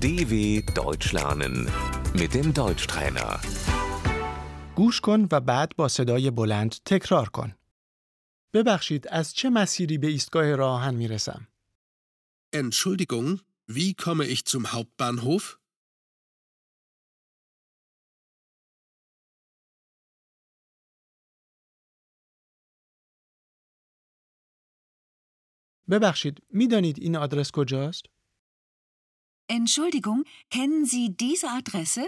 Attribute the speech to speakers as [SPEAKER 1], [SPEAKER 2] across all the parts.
[SPEAKER 1] DW Deutsch lernen mit dem Deutschtrainer.
[SPEAKER 2] گوش کن و بعد با صدای بلند تکرار کن. ببخشید از چه مسیری به ایستگاه راه آهن میرسم؟
[SPEAKER 3] Entschuldigung, wie komme ich zum Hauptbahnhof?
[SPEAKER 2] ببخشید میدانید این آدرس کجاست؟
[SPEAKER 4] Entschuldigung, kennen Sie diese Adresse?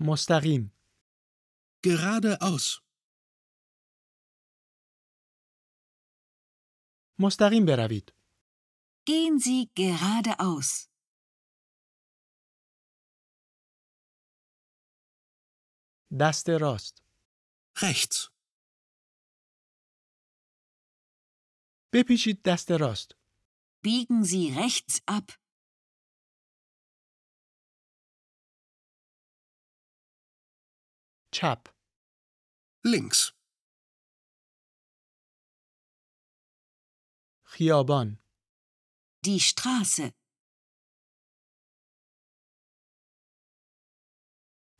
[SPEAKER 2] مستقیم.
[SPEAKER 3] Geradeaus.
[SPEAKER 2] مستقیم بروید.
[SPEAKER 4] Gehen Sie geradeaus.
[SPEAKER 2] دست راست.
[SPEAKER 3] Rechts.
[SPEAKER 2] بپیچید دست راست.
[SPEAKER 4] Biegen Sie rechts ab.
[SPEAKER 2] چپ.
[SPEAKER 3] Links.
[SPEAKER 2] خیابان.
[SPEAKER 4] Die Straße.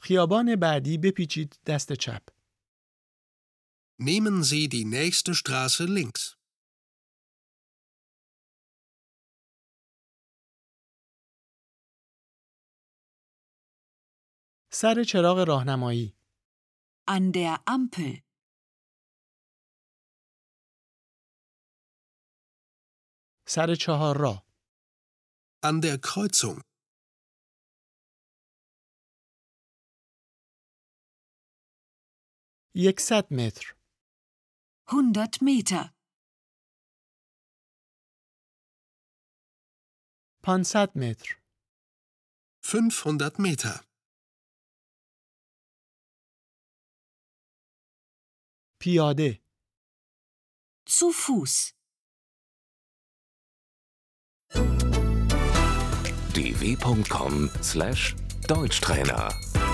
[SPEAKER 2] خیابان بعدی بپیچید دست چپ.
[SPEAKER 3] Nehmen Sie die nächste Straße links.
[SPEAKER 2] سر چراغ راهنمایی.
[SPEAKER 4] An der Ampel.
[SPEAKER 2] سر چهار راه.
[SPEAKER 3] An der Kreuzung.
[SPEAKER 2] یکصد متر.
[SPEAKER 4] 100 Meter.
[SPEAKER 2] 500 متر.
[SPEAKER 3] 500 Meter.
[SPEAKER 2] پیاده.
[SPEAKER 4] Zu Fuß.
[SPEAKER 1] dw.com/deutschtrainer